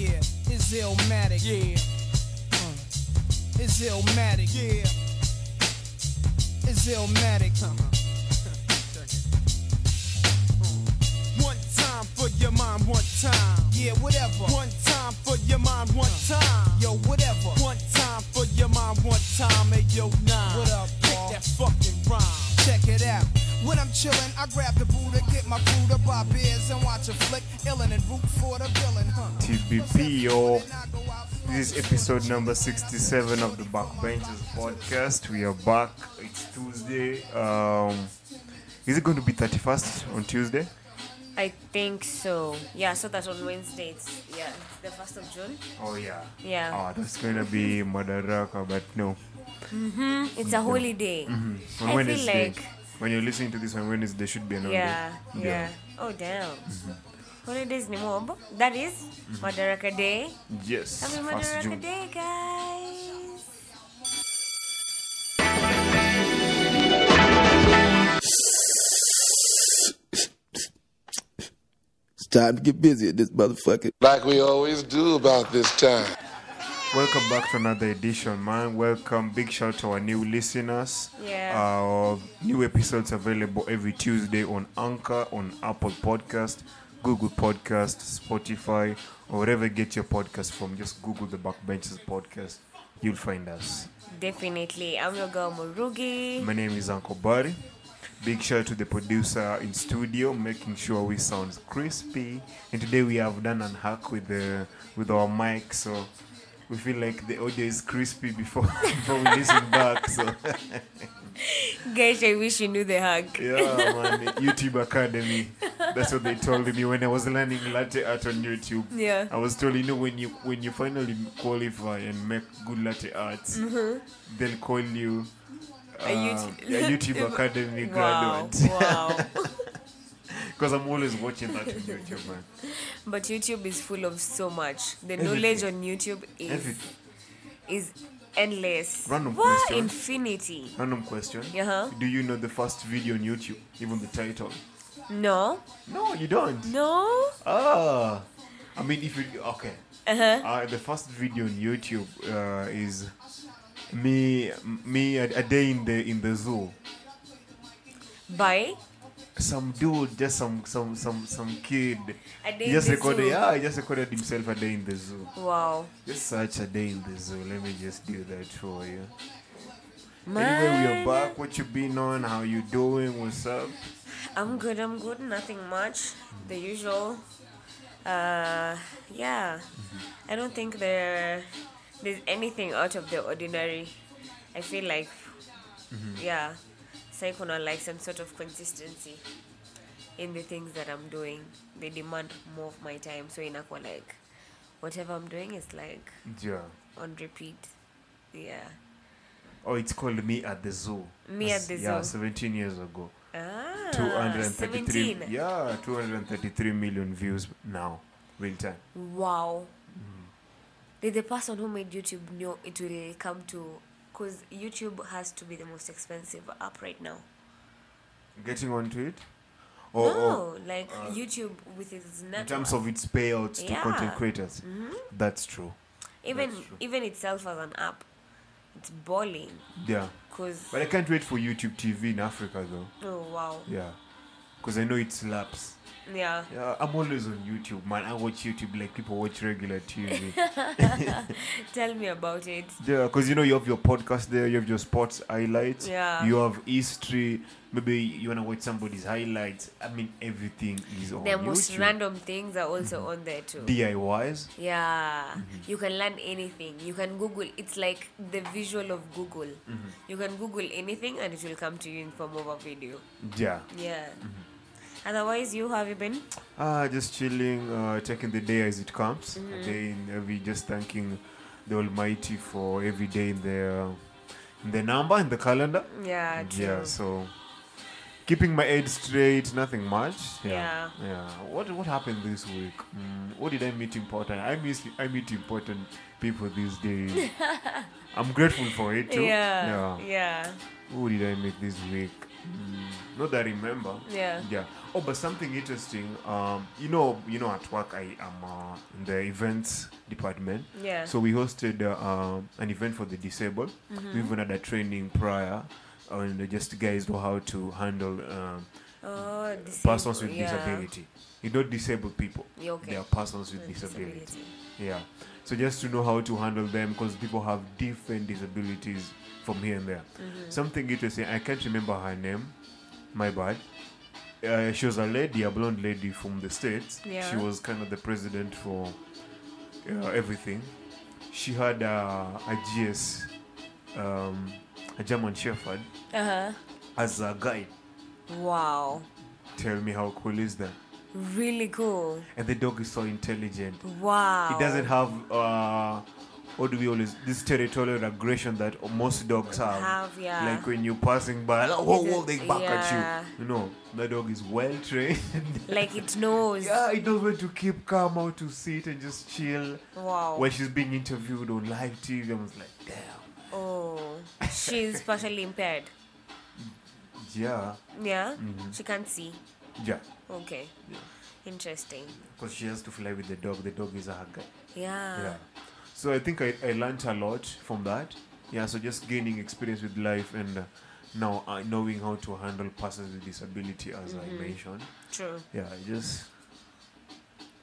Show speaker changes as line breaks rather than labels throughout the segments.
It's illmatic. Yeah. Uh, It's illmatic. Yeah. It's illmatic. Uh-huh.
One time for your mind, one time.
Yeah, whatever.
One time for your mind, one time.
Yo, whatever.
One time for your mind, one time. Hey, yo, nine.
What up,
Kick
Paul?
that fucking rhyme.
Check it out. When I'm chillin', I grab the Buddha, get my crew to buy beers and watch a flick, illin' and root for the villain. Huh.
TBP, yo. This is episode number 67 of the Backbenchers podcast. We are back. It's Tuesday. Um, is it going to be 31st on Tuesday?
I think so. Yeah, so that's on Wednesday. It's, yeah, it's the first of June.
Oh, yeah.
Yeah.
Oh, that's going to be Madaraka, but no.
It's a holiday.
On
I feel
Wednesday.
like-
When you're listening to this on Wednesday, there should be another
Yeah, yeah. Oh damn.
Mm-hmm.
Holidays ni mob. That is Madaraka Day.
Yes.
Happy
1st
Madaraka
June.
Day, guys.
It's time to get busy at this motherfucker.
like we always do about this time.
Welcome back to another edition, man. Welcome. Big shout to our new listeners.
Yeah.
Uh, new episodes available every Tuesday on Anchor, on Apple Podcast, Google Podcast, Spotify, or wherever you get your podcast from. Just Google the Backbenchers Podcast. You'll find us.
Definitely. I'm your girl Murugi.
My name is Uncle Barry. Big shout to the producer in studio, making sure we sound crispy. And today we have done an hack with the with our mic, so we feel like the audio is crispy before before we listen back. So
Guys, I wish you knew the hug.
yeah, man, YouTube Academy. That's what they told me when I was learning latte art on YouTube.
Yeah.
I was told, you know, when you when you finally qualify and make good latte arts, they'll call you.
A
uh,
YouTube-
a YouTube Academy
Wow.
graduate.
Wow.
Because I'm always watching that on YouTube, man.
but YouTube is full of so much. The knowledge on YouTube is
Everything.
is endless.
Random
Wah,
question.
infinity.
Random question.
Uh-huh.
Do you know the first video on YouTube? Even the title?
No.
No, you don't.
No.
Ah. I mean, if you. Okay. Uh-huh. the first video on YouTube uh, is me me a, a day in the in the zoo.
Bye.
Some dude, just some some some some kid.
A day
he
in
just
the
recorded.
zoo.
Yeah, he just recorded himself a day in the zoo.
Wow.
Just search a day in the zoo. Let me just do that for you. Anyway, we are back. What you been on? How you doing? What's up?
I'm good, I'm good, nothing much. The usual. Uh yeah. I don't think there there's anything out of the ordinary. I feel like yeah. Psychonaut like some sort of consistency in the things that I'm doing. They demand more of my time. So in aqua like whatever I'm doing is like
Yeah.
on repeat. Yeah.
Oh, it's called Me at the Zoo.
Me at the
Yeah,
Zoo.
17 years ago.
Ah,
233.
17.
Yeah, 233 million views now, real time.
Wow. Did the person who made YouTube know it will come to? Because YouTube has to be the most expensive app right now.
Getting onto it. Or, or
no, like YouTube with its
Oh, Uh, in
network,
terms of its payouts to
Yeah. Mm-hmm.
content creators, that's true.
even
that's true.
even itself as an app, it's balling.
Yeah,
Cause
but I can't wait for YouTube TV in Africa though.
oh wow,
Yeah, because I know it slaps.
yeah.
Yeah, I'm always on YouTube, man. I watch YouTube like people watch regular TV.
Tell me about it.
Yeah, because you know you have your podcast there, you have your sports highlights,
Yeah.
you have history. Maybe you wanna watch somebody's highlights. I mean, everything is on
The
Oh, YouTube. Mm-hmm.
most random things are also on there too.
DIYs.
Yeah,
Mm-hmm.
you can learn anything. You can Google. It's like the visual of Google.
Mm-hmm.
You can Google anything and it will come to you in form of a video.
Yeah,
Yeah. Otherwise, you have you been?
ah, just chilling, uh, taking the day as it comes.
Mm-hmm.
A day in every, just thanking the Almighty for every day in the in the number in the calendar.
Yeah. True.
Yeah, so keeping my head straight, nothing much. Yeah.
Yeah.
What what happened this week? Mm, what did I meet important? I miss I meet important people these days. I'm grateful for it too.
Yeah.
Yeah.
Yeah.
Who did I meet this week? Hmm, not that I remember.
Yeah.
Yeah. Oh, but something interesting. Um, you know, you know, at work I am uh, in the events department.
Yeah.
So we hosted uh, um, an event for the disabled.
Mm-hmm.
We even had a training prior, and they just guys know how to handle um,
Oh, disabled.
persons with
yeah.
disability. You don't disable people.
Yeah, okay.
They are persons with
With
disability.
disability.
Yeah. So just to know how to handle them, because people have different disabilities from here and there.
Mm-hmm.
Something interesting. I can't remember her name. My bad. Uh, she was a lady, a blonde lady from the states. She
Yeah.
was kind of the president for uh, everything. She had uh, a GS, um, a German Shepherd,
Uh
as a guide.
huh. Wow.
Tell me how cool is that?
Really cool.
and the dog is so intelligent.
Wow.
It doesn't have uh, what do we always this territorial aggression that most dogs have.
Have, yeah.
Like when you're passing by, like, whoa, whoa, they
It-
bark
yeah.
at you. You know, the dog is well trained.
Like it knows.
yeah, it knows when to keep calm, how to sit and just chill.
Wow.
When she's being interviewed on live TV, I was like, damn.
Oh, she's partially impaired.
Yeah,
Yeah, she can't see.
Mm-hmm. yeah.
Okay, interesting.
Because she has to fly with the dog. The dog is a hugger.
Yeah.
Yeah. So I think I, I learned a lot from that. Yeah, so just gaining experience with life and uh, now uh, knowing how to handle persons with disability, as I mentioned.
true.
Yeah, I just.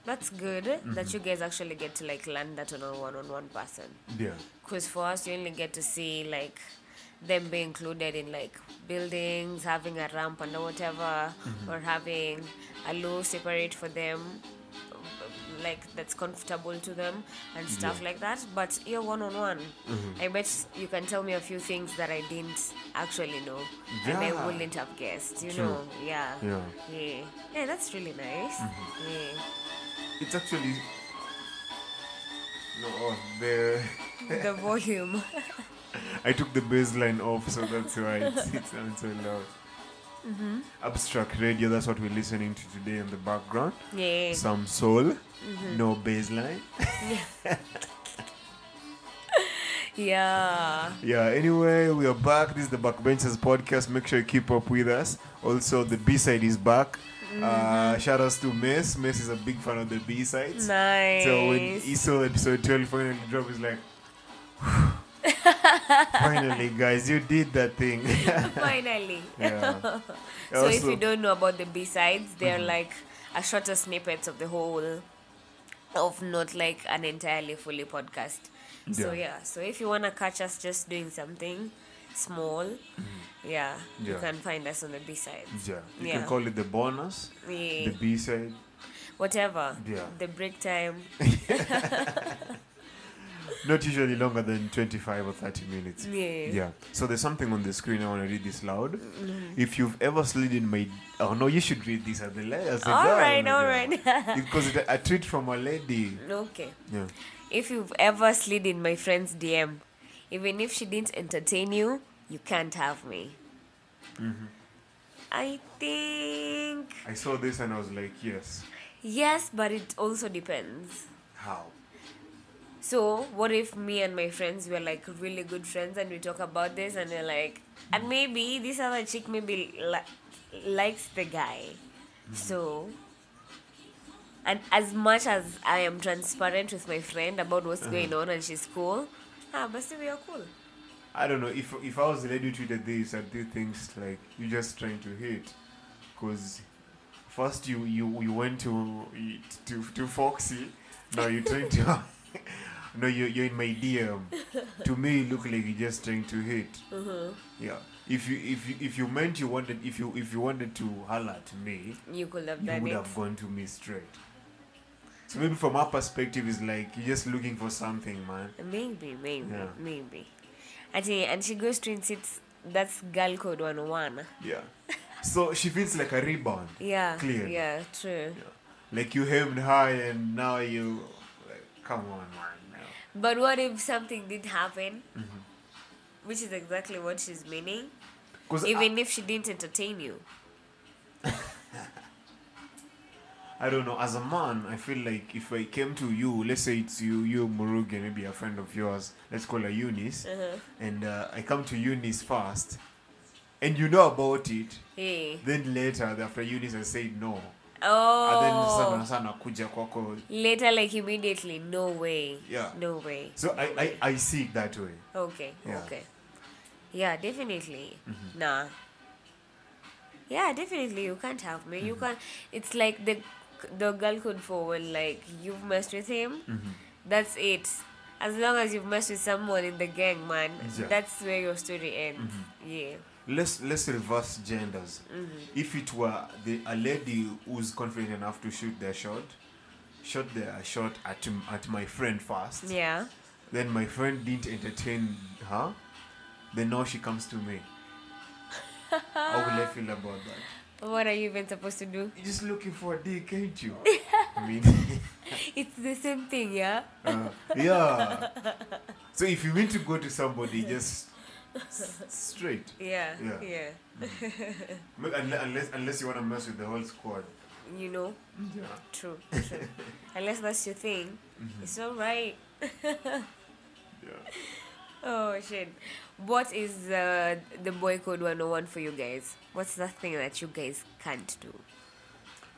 That's good
Mm-hmm.
that you guys actually get to like learn that on a one-on-one person.
Yeah.
Because for us, you only get to see like them be included in like buildings, having a ramp and whatever,
Mm-hmm.
or having a loo separate for them, like that's comfortable to them and stuff like that. But you're one on one.
Mm-hmm.
I bet you can tell me a few things that I didn't actually know
Yeah.
and I wouldn't have guessed. You
True.
know, yeah.
Yeah. Mm-hmm.
yeah, Yeah, That's really nice. Yeah.
It's actually. No, oh, the.
The volume.
I took the bass line off, so that's why it, it sounds so loud. Abstract radio, that's what we're listening to today in the background.
yeah.
Some soul, no bass line.
Yeah.
Yeah, anyway, we are back. This is the Backbenchers podcast. Make sure you keep up with us. Also, the B side is back.
Mm-hmm.
Uh, shout outs to Mace. Mace is a big fan of the B sides.
Nice.
So when he saw episode 12 finally drop, he's like, finally, guys, you did that thing.
Finally.
yeah.
So if
Also- Mm-hmm.
you don't know about the B sides, they're like a shorter snippets of the whole of not like an entirely fully podcast. So
Yeah.
yeah. So if you wanna catch us just doing something small, yeah,
Mm-hmm.
you
Yeah.
can find us on the B sides.
Yeah. You
Yeah.
can call it the bonus,
Yeah.
the B side.
Whatever.
Yeah.
The break time.
Not usually longer than 25 or 30 minutes.
Yeah.
Yeah. So there's something on the screen. I want to read this loud.
Mm-hmm.
If you've ever slid in my, oh no, you should read this at the la- as a
All
guy.
right, all
yeah. because it's a, a tweet from a lady.
Okay.
Yeah.
If you've ever slid in my friend's DM, even if she didn't entertain you, you can't have me.
Mm-hmm.
I think
I saw this and I was like, yes.
yes, but it also depends.
How?
So, what if me and my friends were like really good friends and we talk about this and we're like, and maybe this other chick maybe li- likes the guy.
Hmm.
So, and as much as I am transparent with my friend about
Uh-huh.
what's going on and she's cool, ah, but still we are cool.
I don't know. If if I was the lady who tweeted this, I'd do things like you're just trying to hit, because first you you you went to to to Foxy, now you're trying to. No, you you're in my DM. to me, you look like you're just trying to hit. Yeah. If you if you if you meant you wanted if you if you wanted to holler at me,
You could have
you
done
would
it.
have gone to me straight. So maybe from our perspective, it's like you're just looking for something, man.
Maybe, maybe,
Yeah.
maybe. And she, and she goes to and sits, that's girl code 101.
Yeah. So she feels like a rebound.
Yeah,
Clear.
yeah, true.
Like you hemmed high and now you like come on man. now.
But what if something did happen?
Mm-hmm.
Which is exactly what she's meaning.
'Cause
Even if she didn't entertain you.
I, I don't know, as a man I feel like if I came to you, let's say it's you, you Murugi, maybe a
Uh-huh.
friend of yours, let's call her Eunice. And uh, I come to Eunice first and you know about it
Hey.
then later the after unis has said no and then
Oh.
sana sana kuja kwako
Later, like immediately. No way.
Yeah.
No way.
so I, I, I see it that way
Okay.
Yeah. Mm-hmm.
Okay. Yeah, definitely. Nah. Yeah, definitely. You can't have me.
Mm-hmm.
You can't. It's like the the girl could forward. Like you've messed with him.
Mm-hmm.
That's it. As long as you've messed with someone in the gang, man,
Yeah. Mm-hmm.
that's where your story ends. Yeah.
let's let's reverse genders
Mm-hmm.
if it were the, a lady who's confident enough to shoot their shot shot their shot at, m- at my friend first
Yeah.
then my friend didn't entertain her then now she comes to me how will i feel about that
What are you even supposed to do?
you're just looking for a dick ain't you i mean
It's the same thing, yeah.
uh, yeah so if you mean to go to somebody just s- straight
Yeah.
Yeah.
Yeah.
Unle- unless unless you want to mess with the whole squad
You know.
yeah Mm-hmm.
True. True. Unless that's your thing, it's all right.
yeah
Oh shit. What is uh, the boy code 101 for you guys? What's the thing that you guys can't do?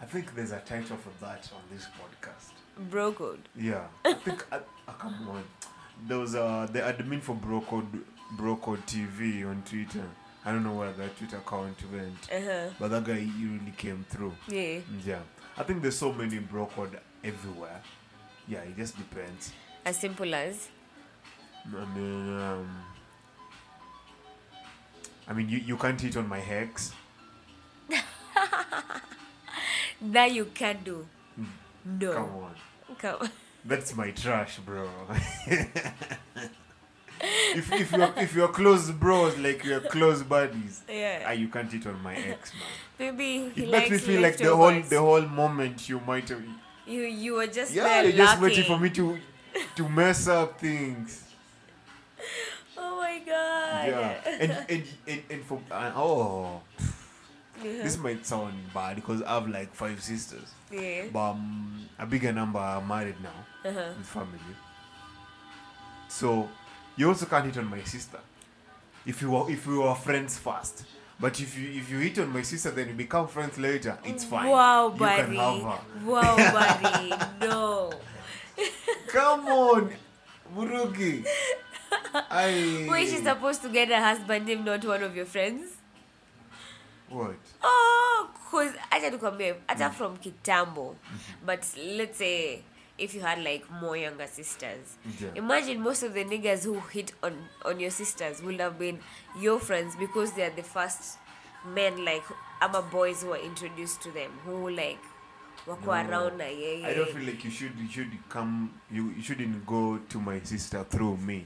I think there's a title for that on this podcast.
Bro code.
Yeah, I think I, I come on. There was uh, the admin for Brocode Brocode TV on Twitter. I don't know where that Twitter account went,
Uh-huh.
but that guy he really came through.
Yeah.
Yeah, I think there's so many Brocode everywhere. Yeah, it just depends.
As simple as.
I mean, um, I mean, you, you can't hit on my hex.
That you can't do. No.
Mm. Come on.
Come.
That's my trash, bro. if if you're if you're close bros, like you're close buddies,
Yeah.
ah, you can't hit on my ex, man.
Maybe he
It
likes
makes me feel like the whole
leftovers.
the whole moment you might have.
You you were just
Yeah,
there
you're just
lacking.
waiting for me to to mess up things.
Oh my god.
Yeah, and and and, and for uh, oh, this might sound bad because I have like five sisters,
Yeah.
but um, a bigger number are married now.
Uh-huh.
with family. So you also can't hit on my sister. If you were if we were friends first. But if you if you hit on my sister then you become friends later, it's fine.
Wow,
you can
buddy.
have her.
Wow, buddy. No.
Come on, Burugi. I
Wait, she's supposed to get a husband name, not one of your friends?
what?
Oh, cause acha nikwambie
Mm.
hata from kitambo
Mm-hmm.
but let's say if you had like more younger sisters
Yeah.
imagine most of the niggas who hit on on your sisters would have been your friends because they are the first men like ama boys who were introduced to them who like wako around na
I don't
yeye
feel like you should you should come you, you shouldn't go to my sister through me.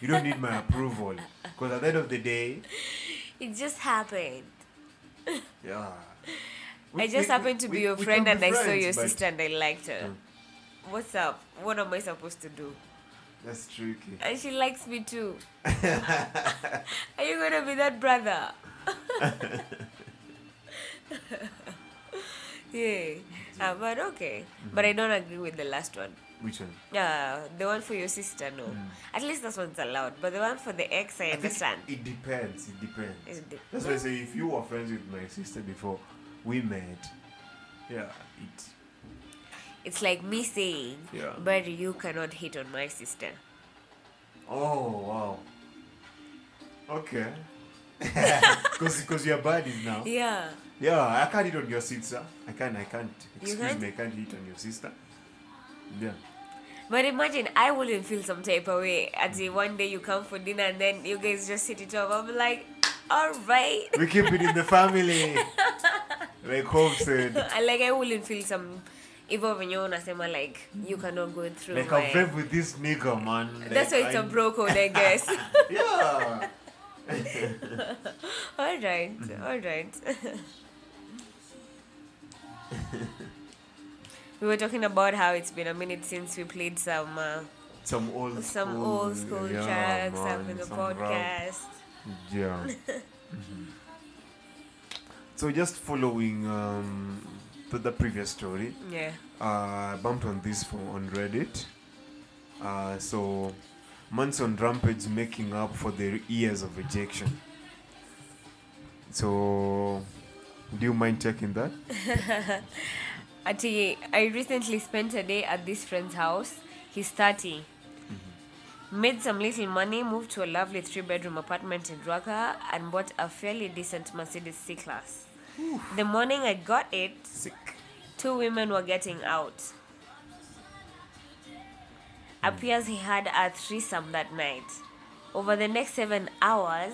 You don't need my approval. Because at the end of the day,
it just happened
yeah.
i just happened to be your friend and i saw your sister and i liked her what's up what am i supposed to do
That's tricky.
And she likes me too. Are you gonna be that brother? yeah. Uh, but okay. But I don't agree with the last one.
Which one?
Yeah, the one for your sister, no. At least this one's allowed. But the one for the ex, Mm. I
I think
understand.
It depends. It depends.
It depends.
That's why I say if you were friends with my sister before we met, yeah, it.
It's like me saying,
Yeah.
but you cannot hit on my sister.
Oh wow. Okay. Because because you're buddies now.
Yeah.
Yeah, I can't hit on your sister. I can't. I can't. Excuse
can't?
me. I can't hit on your sister. Yeah.
But imagine I wouldn't feel some type of way until one day you come for dinner and then you guys just hit it off. I'm like, all right.
We keep it in the family. like Hope said.
I- like I wouldn't feel some hivyo venye wewe unasema like you cannot go through
Like
my-
I'm friends with this nigga, man.
That's why
Like,
it's a
I-
bro code, I guess.
Yeah.
all right, all right. we were talking about how it's been a minute since we played some uh,
Some old
some
school,
old school
yeah,
tracks up
man,
in the
some rap.
podcast.
Yeah. Mhm. So just following um, the, the previous story,
Yeah.
uh, I bumped on this for, on Reddit. Uh, so Manson rampage making up for the years of rejection. So, do you mind checking that?
Ati, I recently spent a day at this friend's house. He's 30.
Mm-hmm.
Made some little money, moved to a lovely three bedroom apartment in Rwaka, and bought a fairly decent Mercedes C Class. The morning I got it, two women were getting out. Appears he had a threesome that night. Over the next seven hours,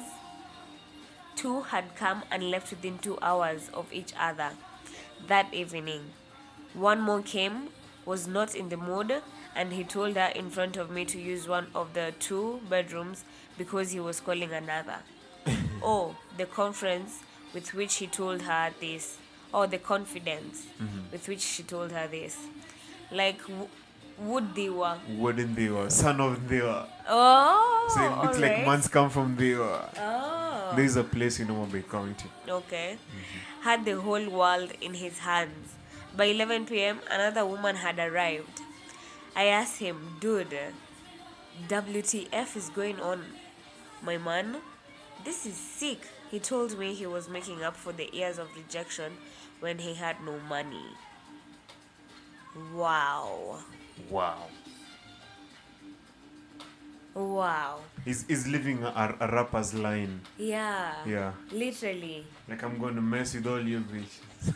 two had come and left within two hours of each other that evening. One more came, was not in the mood, and he told her in front of me to use one of the two bedrooms because he was calling another. oh, the conference with which he told her this, or the confidence
Mm-hmm.
with which she told her this. Like, w- would they were.
Wouldn't they were son of they were.
Oh!
So it looks like
alright.
man's come from they were.
Oh.
There is a place in Omabay County.
okay, had the whole world in his hands. By 11 p.m., another woman had arrived. I asked him, dude, WTF is going on, my man? This is sick. He told me he was making up for the years of rejection when he had no money. Wow.
Wow.
Wow.
He's, he's living a, a rapper's line.
Yeah.
Yeah.
Literally.
Like, I'm going to mess with all you bitches.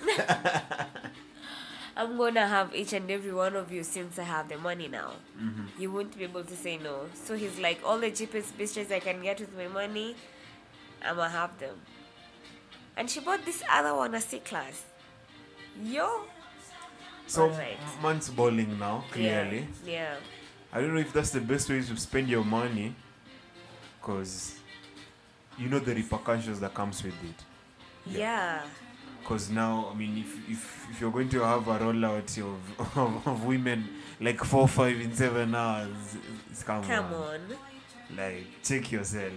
I'm gonna have each and every one of you since I have the money now.
Mm-hmm.
You won't be able to say no. So he's like, all the cheapest bitches I can get with my money, I'ma have them. And she bought this other one a C class. Yo.
So,
Alright.
man's balling now,
Yeah,
clearly.
Yeah.
I don't know if that's the best way to spend your money because you know the repercussions that comes with it.
Yeah.
Because now, I mean, if, if, if you're going to have a rollout of, of, of women like four, five in seven hours, it's come,
Come on.
Like, check yourself.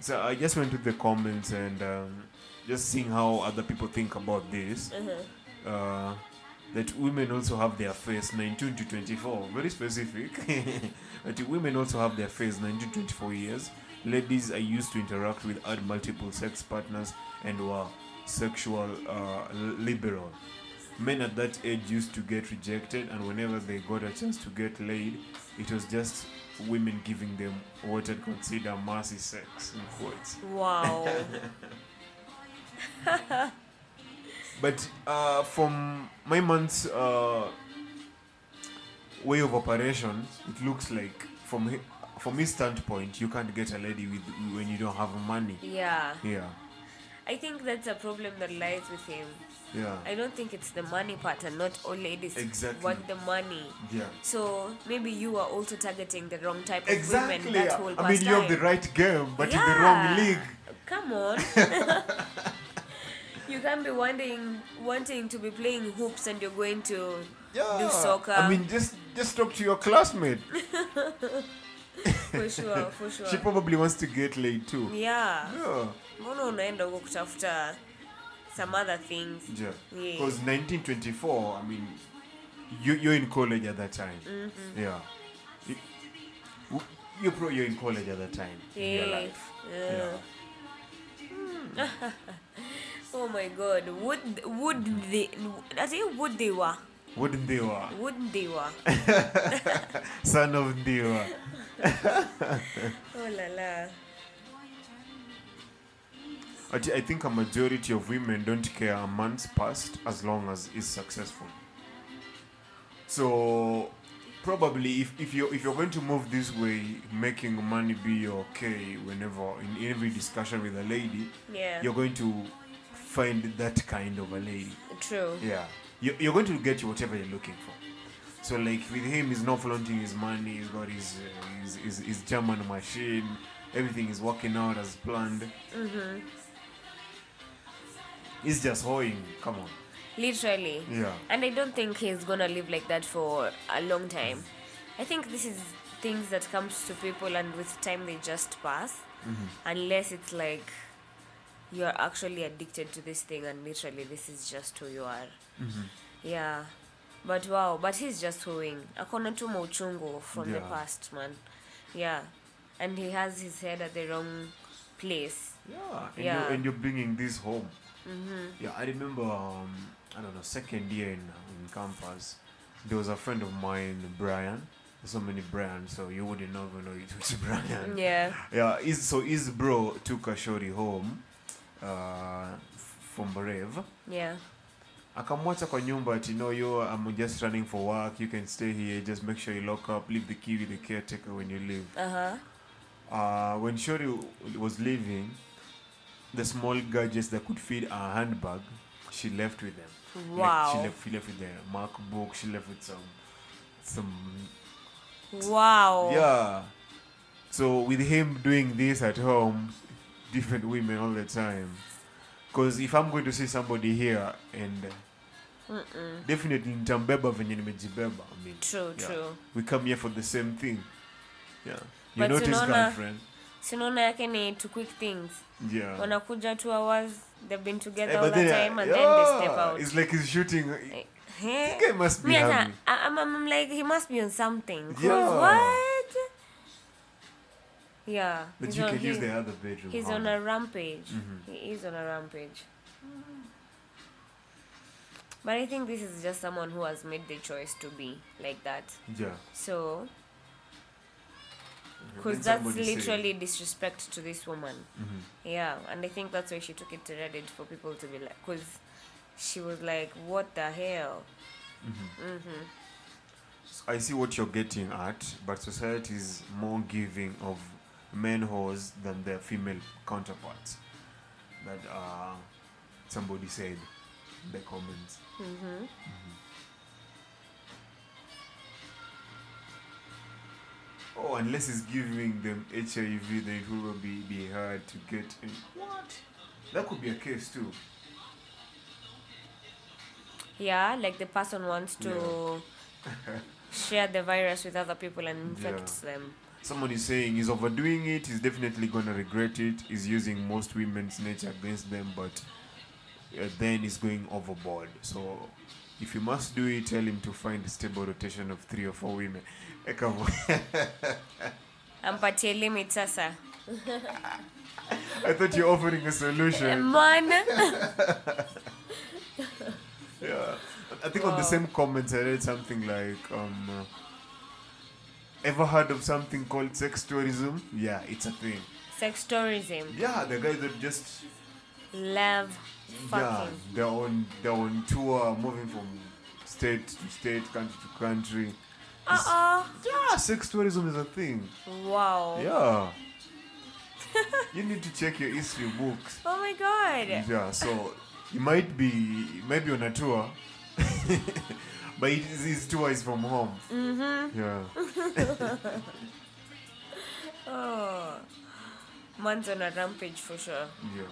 So I just went to the comments and um, just seeing how other people think about this.
Uh-huh.
Uh, that women also have their face 19 to 24, very specific. that women also have their face 19 to 24 years. Ladies are used to interact with other multiple sex partners and were sexual uh, liberal. Men at that age used to get rejected, and whenever they got a chance to get laid, it was just women giving them what I'd consider mercy sex in quotes.
Wow.
But uh, from my man's uh, way of operation, it looks like from hi- from his standpoint, you can't get a lady with when you don't have money.
yeah.
Yeah,
I think that's a problem that lies with him.
yeah,
I don't think it's the money part and not all ladies
Exactly.
want the money.
yeah.
So maybe you are also targeting the wrong type of women
Exactly.
that whole
I mean, you have the right game, but in the wrong league.
Come on. you can't be wanting wanting to be playing hoops and you're going to do soccer.
I mean, just just talk to your classmate.
for sure, for sure.
She probably wants to get laid too.
yeah.
Yeah.
Mbona unaenda huko kutafuta some other things?
Yeah.
Yeah.
Because 1924, I mean, you, you're in college at that time. Yeah. You, w- you pro, you're in college at that time in your
Yeah.
life.
Yeah. Oh my god. Would would they I think would they were.
What Ndiwa?
Would they were.
Son of Ndiwa.
Oh la la.
I thi- I think a majority of women don't care a man's past as long as he's successful. So probably if, if you're if you're going to move this way, making money be okay whenever in every discussion with a lady,
Yeah.
you're going to find that kind of a lady.
True.
Yeah. You- You're going to get whatever you're looking for. So, like with him, he's not flaunting his money, he's got his, uh, his, his, his German machine, everything is working out as planned. Mm-hmm. He's just hoeing. Come on.
Literally.
Yeah.
And I don't think he's gonna live like that for a long time. I think this is things that comes to people and with time they just pass.
Mm-hmm.
Unless it's like you're actually addicted to this thing and literally this is just who you are.
Mm-hmm.
Yeah. But wow, but he's just hoeing. Akona tu mauchungu from the
Yeah.
past, man. Yeah. And he has his head at the wrong place.
Yeah, and,
Yeah.
You're, and you're bringing this home. Yeah, I remember, um, I don't know, second year in, in campus, there was a friend of mine, Brian. There's so many Brian, so you wouldn't know even know it was Brian.
Yeah.
Yeah, his, so his bro took a shorty home uh, f- from Brave.
Yeah.
akamwacha kwa nyumba ati no yo I'm just running for work you can stay here just make sure you lock up leave the key with the caretaker when you leave
Uh huh.
uh, when Shori w- was leaving, the small gadgets that could fit her handbag, she left with them. Like she
Wow.
left, she left with the MacBook. She left with some, some.
Wow.
Yeah. So with him doing this at home, different women all the time. Cause if I'm going to see somebody here and. Definitely nitambeba venye nimejibeba. I mean,
True,
yeah.
true.
We come here for the same thing. Yeah. You
But
notice,
unaona-
girlfriend.
Sinaona yake ni to quick things.
Yeah.
Wanakuja two hours, they've been together
Eh,
all the
I-
time and then they step
yeah,
out. Eh,
It's like he's shooting.
Hey.
guy must be
Me hata-
hungry.
I- I'm, I'm like he must be on something. 'Cause
Yeah.
What? Yeah.
But
he's
you
on-
can use
he-
the other bedroom.
He's
huh?
on a rampage.
Mm-hmm.
He is on a rampage. But I think this is just someone who has made the choice to be like that.
Yeah.
So,
Then
because that's
somebody say- Mm-hmm.
literally disrespect to this woman. Yeah, and I think that's why she took it to Reddit for people to be like, because she was like, what the hell?
I see what you're getting at, but society is more giving of men whores than their female counterparts. That uh, somebody said in the comments. Mm-hmm. Oh, unless he's giving them HIV, then it will be, be hard to get in. What? That could be a case too.
Yeah, like the person wants to share the virus with other people and infects them.
Someone is saying he's overdoing it, he's definitely gonna regret it, he's using most women's nature against them, but uh, then he's going overboard. So if he must do it, tell him to find a stable rotation of three or four women. Eh, Come on.
Ampatie limit sasa.
I thought you're offering a solution.
Um, Man.
Yeah. I think on the same comments I read something like, um, uh, ever heard of something called sex tourism? Yeah, it's a thing.
Sex tourism.
Yeah, the guys that just
Love
Yeah,
fucking.
they're on they're on tour, moving from state to state, country to country.
Uh
Yeah, sex tourism is a thing.
oh. Wow.
Yeah. you need to check your history books.
Oh my god.
Yeah, so you might be you might be on a tour, but it is- his tour is from home. Mm-hmm. Yeah,
Oh. Man's on a rampage for sure.
yeah.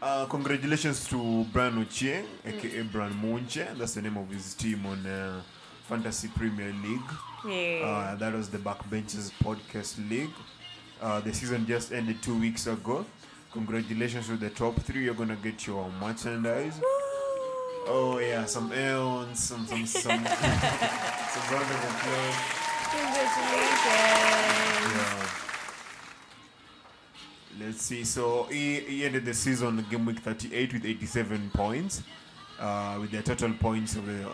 Uh, congratulations to Bran Ochieng, aka Bran Munche. That's the name of his team on uh, Fantasy Premier League.
Yeah.
Uh, that was the Backbenchers Podcast League. Uh, the season just ended two weeks ago. Congratulations to the top three. You're gonna get your merchandise. Oh yeah, some aeons, some some some some round of applause.
Congratulations.
Yeah. Let's see. So he, he ended the season game week 38 with 87 points, uh, with the total points of the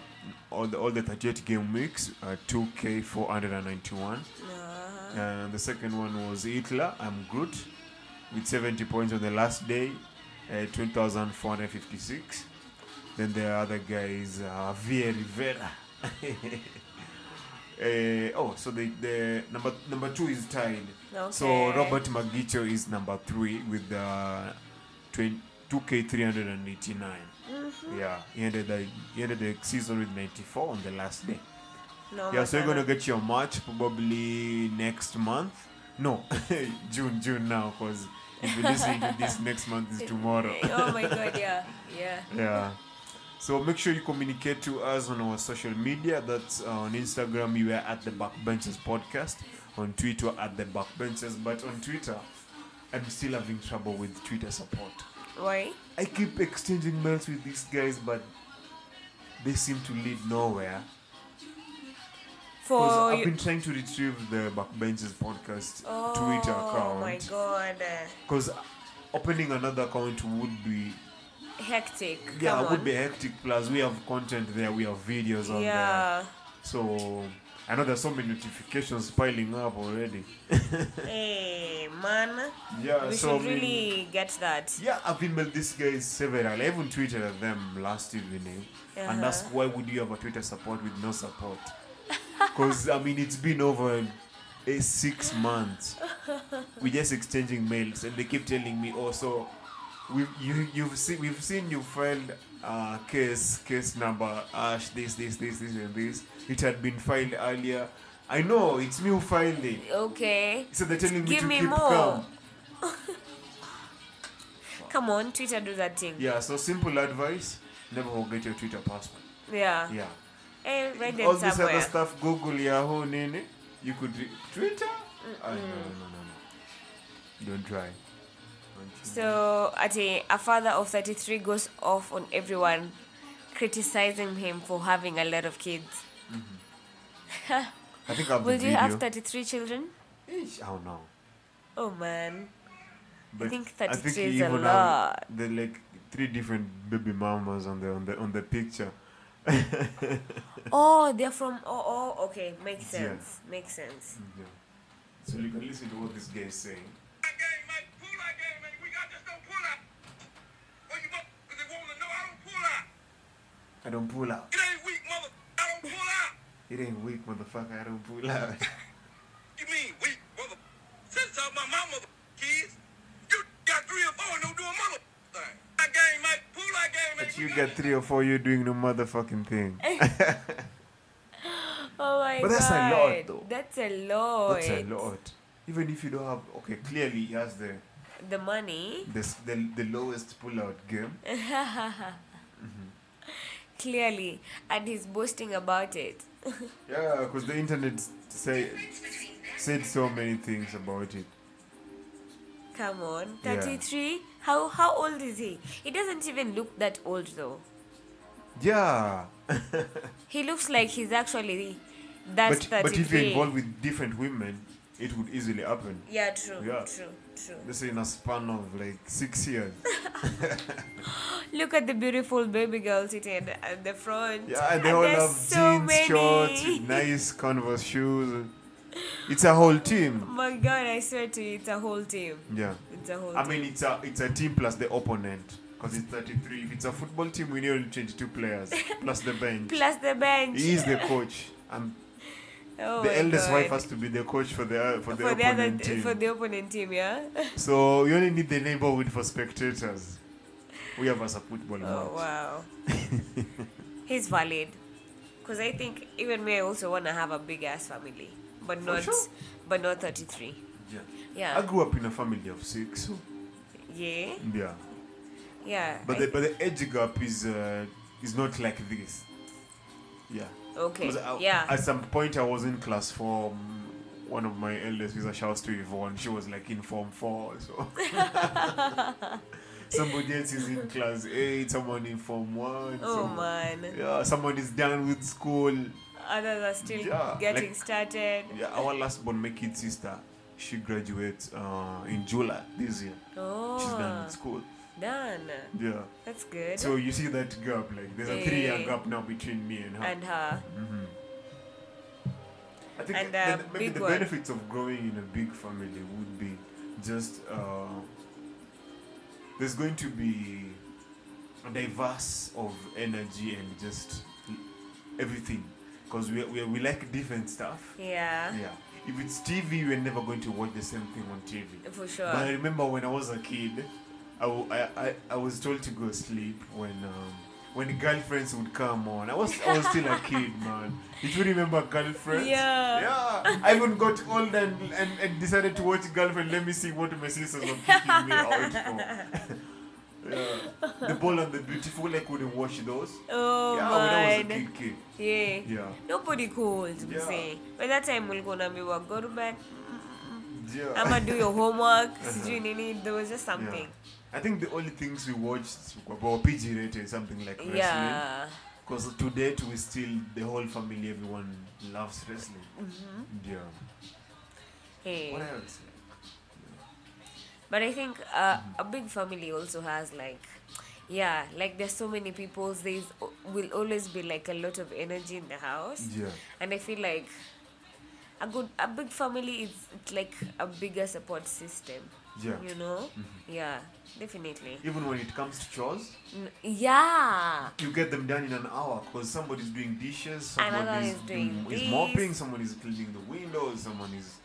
all the all the 38 game weeks, uh, 2K 491. And Uh, the second one was Hitler. I'm Groot with 70 points on the last day, uh, 2,456. Then the other guy is uh, Javier Rivera. uh, oh, so the, the number number two is tied. So
Okay.
Robert Magicho is number three with uh, 20, 2K389. Yeah, he ended, the, he ended the season with 94 on the last day.
No,
Yeah, so you're gonna
Madonna.
get your match probably next month. No, June, June now, because if you're listening to this, next month is tomorrow.
oh my god, yeah. Yeah.
yeah. So make sure you communicate to us on our social media. That's uh, on Instagram, you are at the Backbenchers Podcast. On Twitter, at the Backbenchers. But on Twitter, I'm still having trouble with Twitter support.
Why?
I keep exchanging mails with these guys, but they seem to lead nowhere.
for
I've
Oh, you.
been trying to retrieve the Backbenches podcast Twitter
Oh my
account
god, uh,
because opening another account would be
hectic.
yeah
Come
it would
on.
be hectic. Plus we have content there, we have videos on there,
Yeah.
so I know there's so many notifications piling up already.
Hey man,
Yeah,
we
Uh, so I
should
mean-
really get that.
Yeah, I've emailed these guys several. I even tweeted at them last evening and
Uh-huh.
asked why would you have a Twitter support with no support? Because I mean it's been over eh, six months. We're just exchanging mails and they keep telling me oh so we've you you've seen we've seen you filed uh case case number ash this this this this and this. It had been filed earlier. I know it's me who filed it.
Okay.
So they're telling me
Give
to
me
keep
more.
calm.
Come on, Twitter do that thing.
Yeah, so simple advice, never forget your Twitter password.
Yeah.
Yeah.
Hey, right
All
there
this other
somewhere.
stuff, Google, Yahoo, Nini, you could re- Twitter? Ah, no, no, no, no, no. Don't try. Don't you-
So, Ati, a father of 33 goes off on everyone, criticizing him for having a lot of kids.
I think I've
Will
video.
you have 33 children?
Eesh, I don't know.
Oh man.
But
think
I
33
he
is a
even have
lot.
The like three different baby mamas on the on the on the picture.
Oh, they're from. Oh, oh okay. Makes
Yeah. Mm.
sense. Makes sense.
Yeah. So you can listen to what this guy is saying. I don't pull out. It ain't weak, motherfucker. I don't pull out. But you got three or four, you're doing no motherfucking thing.
Oh my
But
god.
that's a lot, though.
That's a lot.
That's a lot. Even if you don't have, okay, clearly he has the
The money.
the s- the, the lowest pullout game.
Clearly. And he's boasting about it.
Yeah, because the internet s- say said so many things about it.
Come on.
Yeah.
33? How, how old is he? He doesn't even look that old though.
Yeah,
He looks like he's actually. That's
but
33.
but if you're involved with different women, it would easily happen.
yeah, true.
Yeah.
True. True.
Let's say in a span of like six years.
Look at the beautiful baby girl sitting at the, at the front.
Yeah, and they all
there's
have jeans, shorts, nice Converse shoes. It's a whole team.
My God, I swear to you, it's a whole team.
Yeah.
It's a whole
I
team.
mean, it's a it's a team plus the opponent because it's 33. If it's a football team, we need only 22 players plus the bench.
Plus the bench.
he is the coach, and
oh
the
my
eldest
God.
wife has to be the coach for the for the
for the other
opponent team.
for the opponent team, yeah.
so you only need the neighborhood for spectators. We have us a football
Oh
match.
wow. He's valid, cause I think even me, I also wanna have a big ass family, but not
sure.
but not thirty three.
Yeah.
Yeah.
I grew up in a family of six. So
Yeah,
yeah,
yeah.
but
I-
the but the age gap is uh, is not like this. Yeah.
okay.
'Cause uh, I-
yeah.
At some point, I was in class four. um, One of my eldest is a shout to Yvonne. She was like in form four. So somebody else is in class eight. Someone in form one.
oh
someone-
man.
Yeah, someone is done with school.
Others are still
Yeah,
getting
like-
started.
Yeah, our last born, my kid sister, she graduates uh, in July this year.
Oh,
She's done with school.
done.
Yeah.
That's good.
So you see that gap, like there's a three year
Yeah.
gap now between me and her.
and her.
I think
And,
then
uh,
maybe
big
the
one.
benefits of growing in a big family would be just uh, there's going to be a diverse of energy and just everything because we, we, we like different stuff.
Yeah.
Yeah. If it's TV, we're never going to watch the same thing on TV.
For
But I
sure.
remember when I was a kid, I, w- I, I, I was told to go sleep when um, when girlfriends would come on. I was I was still a kid, man. Did you remember girlfriends?
Yeah.
Yeah. I even got older and, and, and decided to watch girlfriend. Let me see what my sisters were picking me out for. yeah. The ball and the beautiful. I couldn't watch those.
Oh
yeah,
my.
when I was a kid, kid.
Yeah.
Yeah.
Nobody called me.
Yeah.
say. By that time, we'll go to me, we'll go to bed.
Yeah.
I'm gonna do your homework. sijui nini. There was just
Yeah.
something.
I think the only things we watched were PG rated, something like wrestling.
Yeah.
Because to date, we still, the whole family, everyone loves wrestling.
Mm-hmm.
Yeah.
Hey.
What else?
But I think uh,
Mm-hmm.
a big family also has like, yeah, like there's so many people. There's o- will always be like a lot of energy in the house.
Yeah.
And I feel like a good a big family is it's like a bigger support system.
Yeah. Mm-hmm.
You know. Yeah, definitely.
Even when it comes to chores,
N- Yeah.
you get them done in an hour because somebody's doing dishes, someone
Another
is,
is doing
is
this.
mopping, someone is cleaning the windows, someone is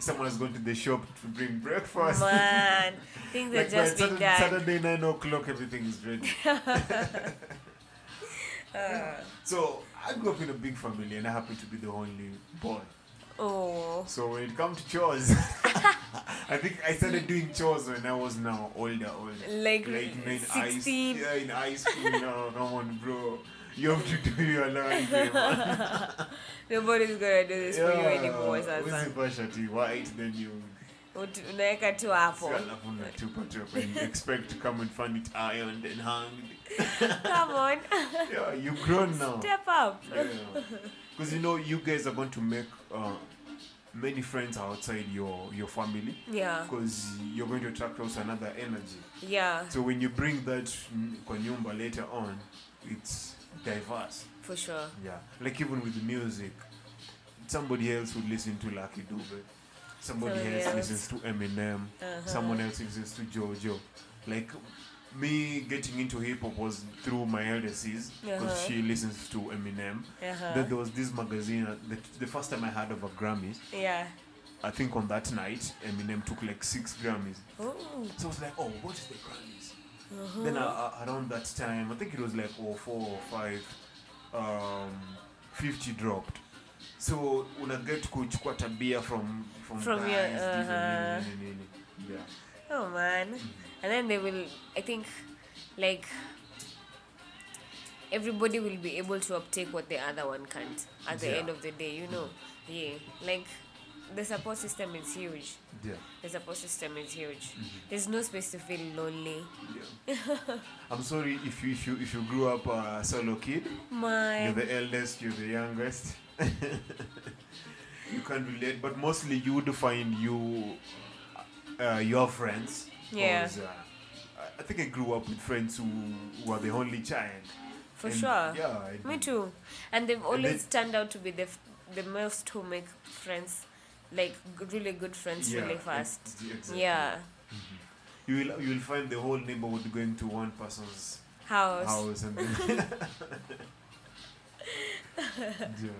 someone has gone to the shop to bring breakfast.
Man, things are
like by
just being
Saturday,
done.
Saturday nine o'clock, everything is ready.
Uh.
so I grew up in a big family, and I happen to be the only boy.
Oh.
So when it comes to chores, I think I started doing chores when I was now older, older.
Like,
in high,
16.
yeah, in high school now. Come on, bro. You have to do your laundry. man.
Nobody's gonna do this for you anymore sasa.
usipasha ti white then you
Ut- Unaweka tu hapo.
alafu unatupa tu hapo and expect to come and find it ironed and hung.
Come on.
Yeah, you grown now.
Step up.
Because you know you guys are going to make uh, many friends outside your your family.
Yeah.
Because you're going to attract also another energy.
Yeah,
So when you bring that n- kwa nyumba later on, it's diverse.
for sure.
Yeah. Like even with music, somebody else would listen to Lucky Dube. Somebody
Somebody
else,
else.
listens to Eminem. Someone else listens to JoJo. Like me getting into hip hop was through my eldest sis because
Uh-huh.
she listens to Eminem.
Uh-huh.
Then there was this magazine. uh, The, the first time I heard of a Grammy,
Yeah.
I think on that night Eminem took like six Grammys.
Ooh.
So I was like, oh, what is the Grammys?
Uh-huh.
Then uh, uh, around that time, I think it was like oh, four or five, um, 50 dropped. So unaget kuchukua tabia from from,
From
guys,
your-
different
uh-huh.
nini, nini, nini. Yeah.
Oh man. And then they will I think like everybody will be able to uptake what the other one can't at the
Yeah.
end of the day, you know. Yeah. Like the support system is huge.
Yeah. Mm-hmm.
The support system is huge. There's no space to feel lonely.
Yeah. I'm sorry if you if you if you grew up a solo kid,
My
you're the eldest, you're the youngest. you can't relate, but mostly you would find you uh, your friends.
Yeah.
'cause, uh, I- I think I grew up with friends who were the only child.
For
And,
sure.
yeah, it-
Me too. And they've always
they-
turned out to be the f- the most who make friends, like g- really good friends,
Yeah,
really
ex-
fast.
exactly.
Yeah.
You will you will find the whole neighborhood going to one person's
House.
house and then yeah.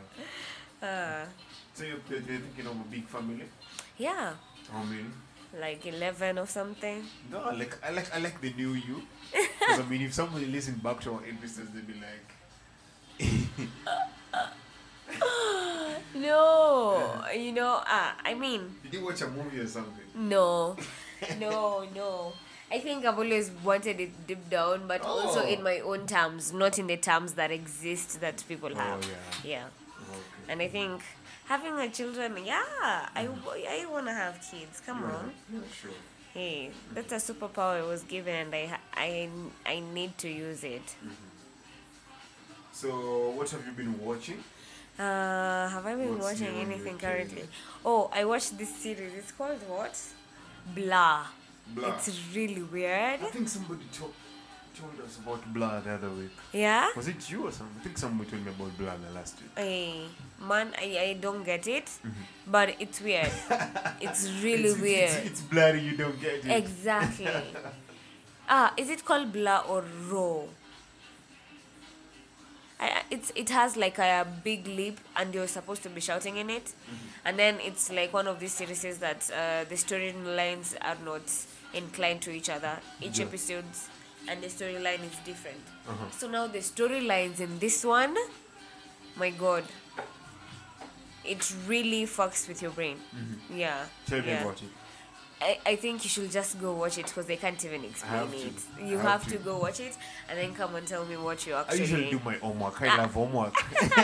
Uh,
So you're, you're thinking of a big family?
yeah.
How many?
Like eleven or something.
No, I like I like I like the new you. 'Cause, I mean, if somebody listen back to our episodes, they'd be like,
No, you know. Uh, I mean,
"Did you watch a movie or something?"
no, no, no. I think I've always wanted it deep down, but also
Oh.
in my own terms, not in the terms that exist that people have.
yeah.
Oh, Yeah.
Okay.
And I think having a children, yeah, I, I want to have kids. Come on.
Yeah, sure.
Hey, that's a superpower I was given and I, ha- I, I need to use it.
So, what have you been watching?
Uh, have I been
What's
watching
new on your
anything
TV?
currently? Oh, I watched this series. It's called what? Blah.
Blah.
It's really weird.
I think somebody told told us about Blah the other week.
Yeah?
Was it you or something? I think somebody told me about Blah the last week.
Hey, man, I, I don't get it, but it's weird. it's really
Mm-hmm. it's,
weird.
It's, it's blurry. You don't get it.
Exactly. ah, is it called blur or raw? I, I- it's it has like a big leap and you're supposed to be shouting in it,
Mm-hmm.
and then it's like one of these series that uh, the storylines are not inclined to each other. Each
Yeah. Uh-huh.
episode's and the storyline is different. So now the storylines in this one, my god, it really fucks with your brain. Yeah.
Mm-hmm. Tell me
yeah.
about it.
I, I think you should just go watch it because they can't even explain
have to.
it.
I
You
have
have,
to.
to. go watch it and then come and tell me what you
I
actually. ah.
usually do my homework. I love homework.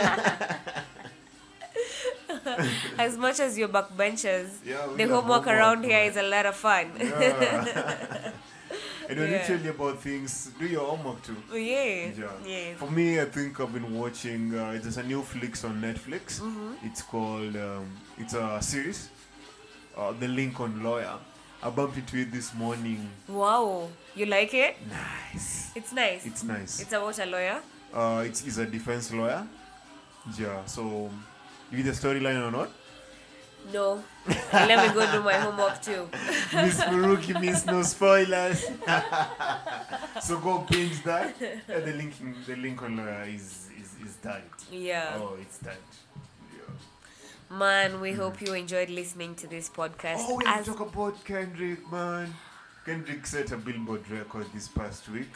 as much as your backbenchers,
Yeah, we
the
love
homework
homework,
around here
man.
is a lot of fun.
Yeah. And when
Yeah.
you tell you about things, do your homework too.
Oh, Yeah.
Yeah.
Yeah.
For me, I think I've been watching. Uh, there's a new flicks on Netflix.
Mm-hmm.
It's called. Um, it's a series. Uh, the Lincoln Lawyer. I bumped into it this morning.
Wow. You like it?
Nice.
It's nice.
It's nice.
It's about a lawyer.
Uh, it's, it's a defense lawyer. Yeah. So, you get the storyline or not?
No. Let me go do my homework too.
Miss Muruki means no spoilers. so go binge that. Uh, the Lincoln, the Lincoln lawyer is is is tight.
Yeah.
Oh, it's tight. Yeah.
Man, we hope you enjoyed listening to this podcast.
Oh, we have
As-
to talk about Kendrick, man. Kendrick set a Billboard record this past week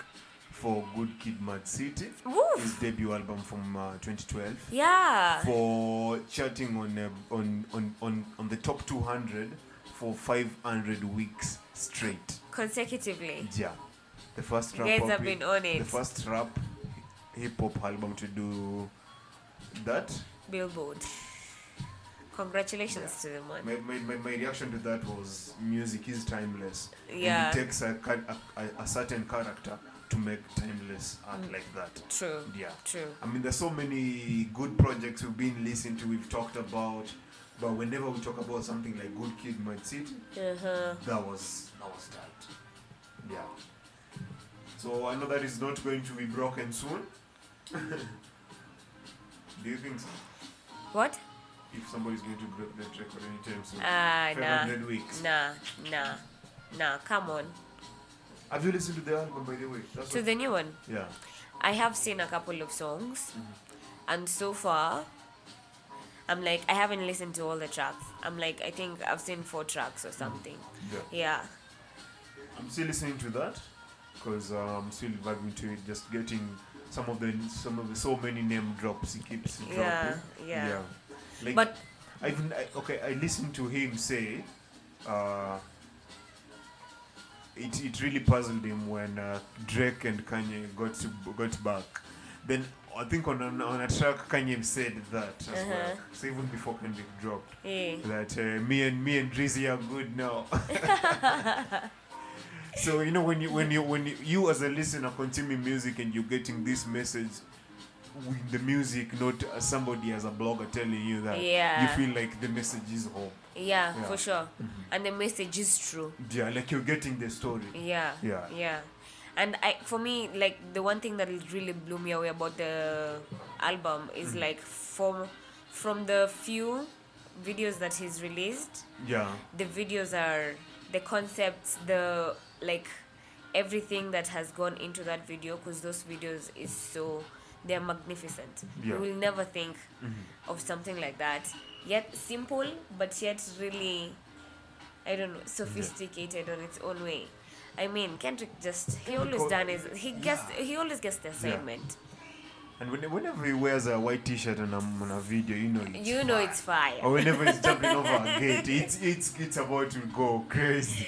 for Good Kid, Mad City,
Woof.
his debut album from uh, 2012,
yeah.
for charting on, uh, on on on on the top 200 for 500 weeks straight.
Consecutively.
Yeah, the first rap.
guys
hop
have
hip-
been on
The
it.
first rap hip hop album to do that.
Billboard. Congratulations to the man.
My, my, my, my reaction to that was music is timeless.
Yeah.
And it takes a, char- a, a, a certain character to make timeless art like that.
True.
Yeah.
True.
I mean, there's so many good projects we've been listening to, we've talked about, but whenever we talk about something like Good Kid, Mad City,
Uh-huh.
that was that was that. Yeah. So I know that is not going to be broken soon. Do you think so?
What?
If somebody's going to break that record anytime soon?
Ah, nah.
500 weeks.
Nah, nah, nah. Come on.
Have you listened to the album, by the way? That's
To
what-
the new one.
yeah.
I have seen a couple of songs, and so far, I'm like, I haven't listened to all the tracks. I'm like, I think I've seen four tracks or something.
yeah.
Yeah,
I'm still listening to that because I'm still vibing to it. Just getting some of the some of the so many name drops he keeps dropping.
Yeah, yeah.
Like,
But-
I even I, okay, I listened to him say, uh, it it really puzzled him when uh, Drake and Kanye got to, got back. Then I think on an, on a track Kanye said that as well.
Uh-huh.
So even before Kendrick dropped
yeah.
that uh, me and me and Drizzy are good now. so you know when you when you when you, you as a listener consuming music and you're getting this message with the music, not as somebody as a blogger telling you that
Yeah.
you feel like the message is hope.
yeah,
Yeah.
for sure. And the message is true.
Yeah, like you're getting the story.
Yeah,
Yeah.
yeah. And I, for me, like the one thing that really blew me away about the album is like from from the few videos that he's released.
Yeah,
the videos are the concepts the like everything that has gone into that video because those videos is so they're magnificent
Yeah. Mm-hmm.
you will never think of something like that yet simple but yet really i don't know sophisticated on its own way i mean kendrick just he always
Because-
done his he gets he always gets the assignment
and when, whenever he wears a white T-shirt on a, on a video, you know it's Oh,
you know it's fire
or whenever he's jumping over a gate, it's it's it's about to go crazy.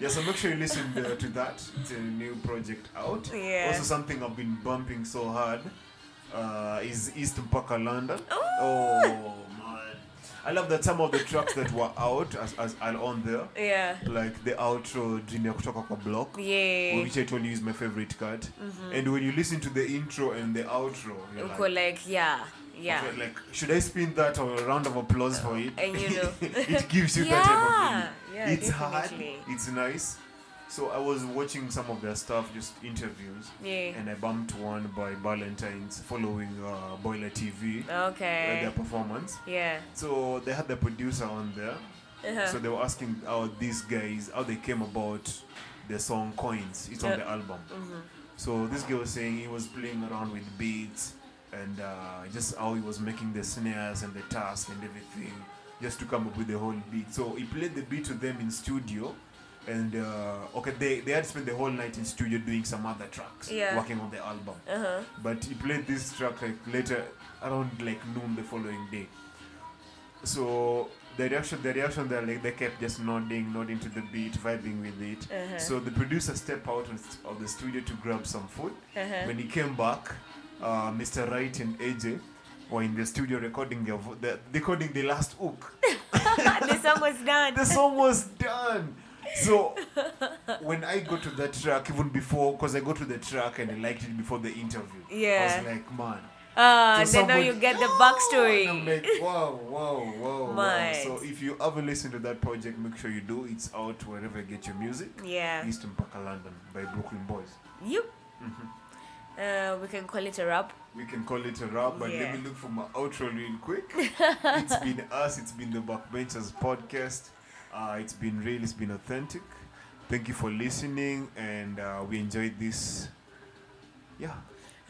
yeah, so make sure you listen uh, to that. It's a new project out.
Yeah.
Also, something I've been bumping so hard uh, is East Mpaka London. Oh man, I love that some of the tracks that were out as as are on there,
yeah
like the outro Junior Kutoka kwa Block.
yeah Mm-hmm.
Which I told you is my favorite cut, and when you listen to the intro and the outro, you're like,
Uko like yeah yeah
Okay, like, should I spin that or a round of applause for it?
and you know.
it gives you that
Yeah,
type of feeling.
yeah,
it's
definitely.
hard, it's nice. So I was watching some of their stuff, just interviews,
Yeah.
and I bumped one by Valentine's following uh, Boiler TV, uh,
okay
their performance.
Yeah.
So they had the producer on there.
Uh-huh.
So they were asking how these guys how they came about the song Coins. It's on
Yeah. Mm-hmm.
the album. So this guy was saying he was playing around with beats and uh, just how he was making the snares and the task and everything just to come up with the whole beat. So he played the beat to them in studio. And uh, okay, they, they had spent the whole night in studio doing some other tracks,
Yeah. Uh-huh.
working on the album. But he played this track like later around like noon the following day. So the reaction, the reaction, they like they kept just nodding, nodding to the beat, vibing with it. So the producer stepped out of- of the studio to grab some food. When he came back, uh, Mr. Wright and AJ were in the studio recording their vo- the, recording the last hook.
the song was done.
The song was done. so when I go to that track, even before, because I go to the track and I liked it before the interview. I
Yeah.
was like, man.
Ah,
So
and then now
someone-
you get the
And I'm
backstory.
like, wow, wow, wow, wow.
Mad.
So if you ever listen to that project, make sure you do. It's out wherever you get your music.
Yeah.
East Mpaka London by Brooklyn Boys.
Yep.
Mm-hmm.
Uh, we can call it a wrap.
We can call it a wrap, but
Yeah.
let me look for my outro real quick. it's been us, it's been the Backbenchers podcast. Uh, it's been real, it's been authentic. Thank you for listening, and uh, we enjoyed this. Yeah.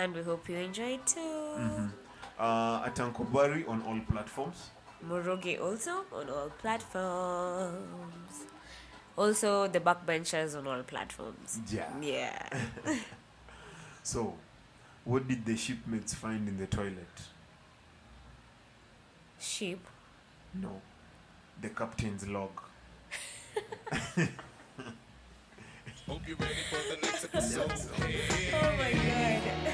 And we hope you enjoy it too.
Uh, at Uncle Barry on all platforms.
Murugi also on all platforms. Also, the backbenchers on all platforms.
Yeah.
Yeah.
So, what did the shipmates find in the toilet?
Sheep.
No, the captain's log.
Oh my god.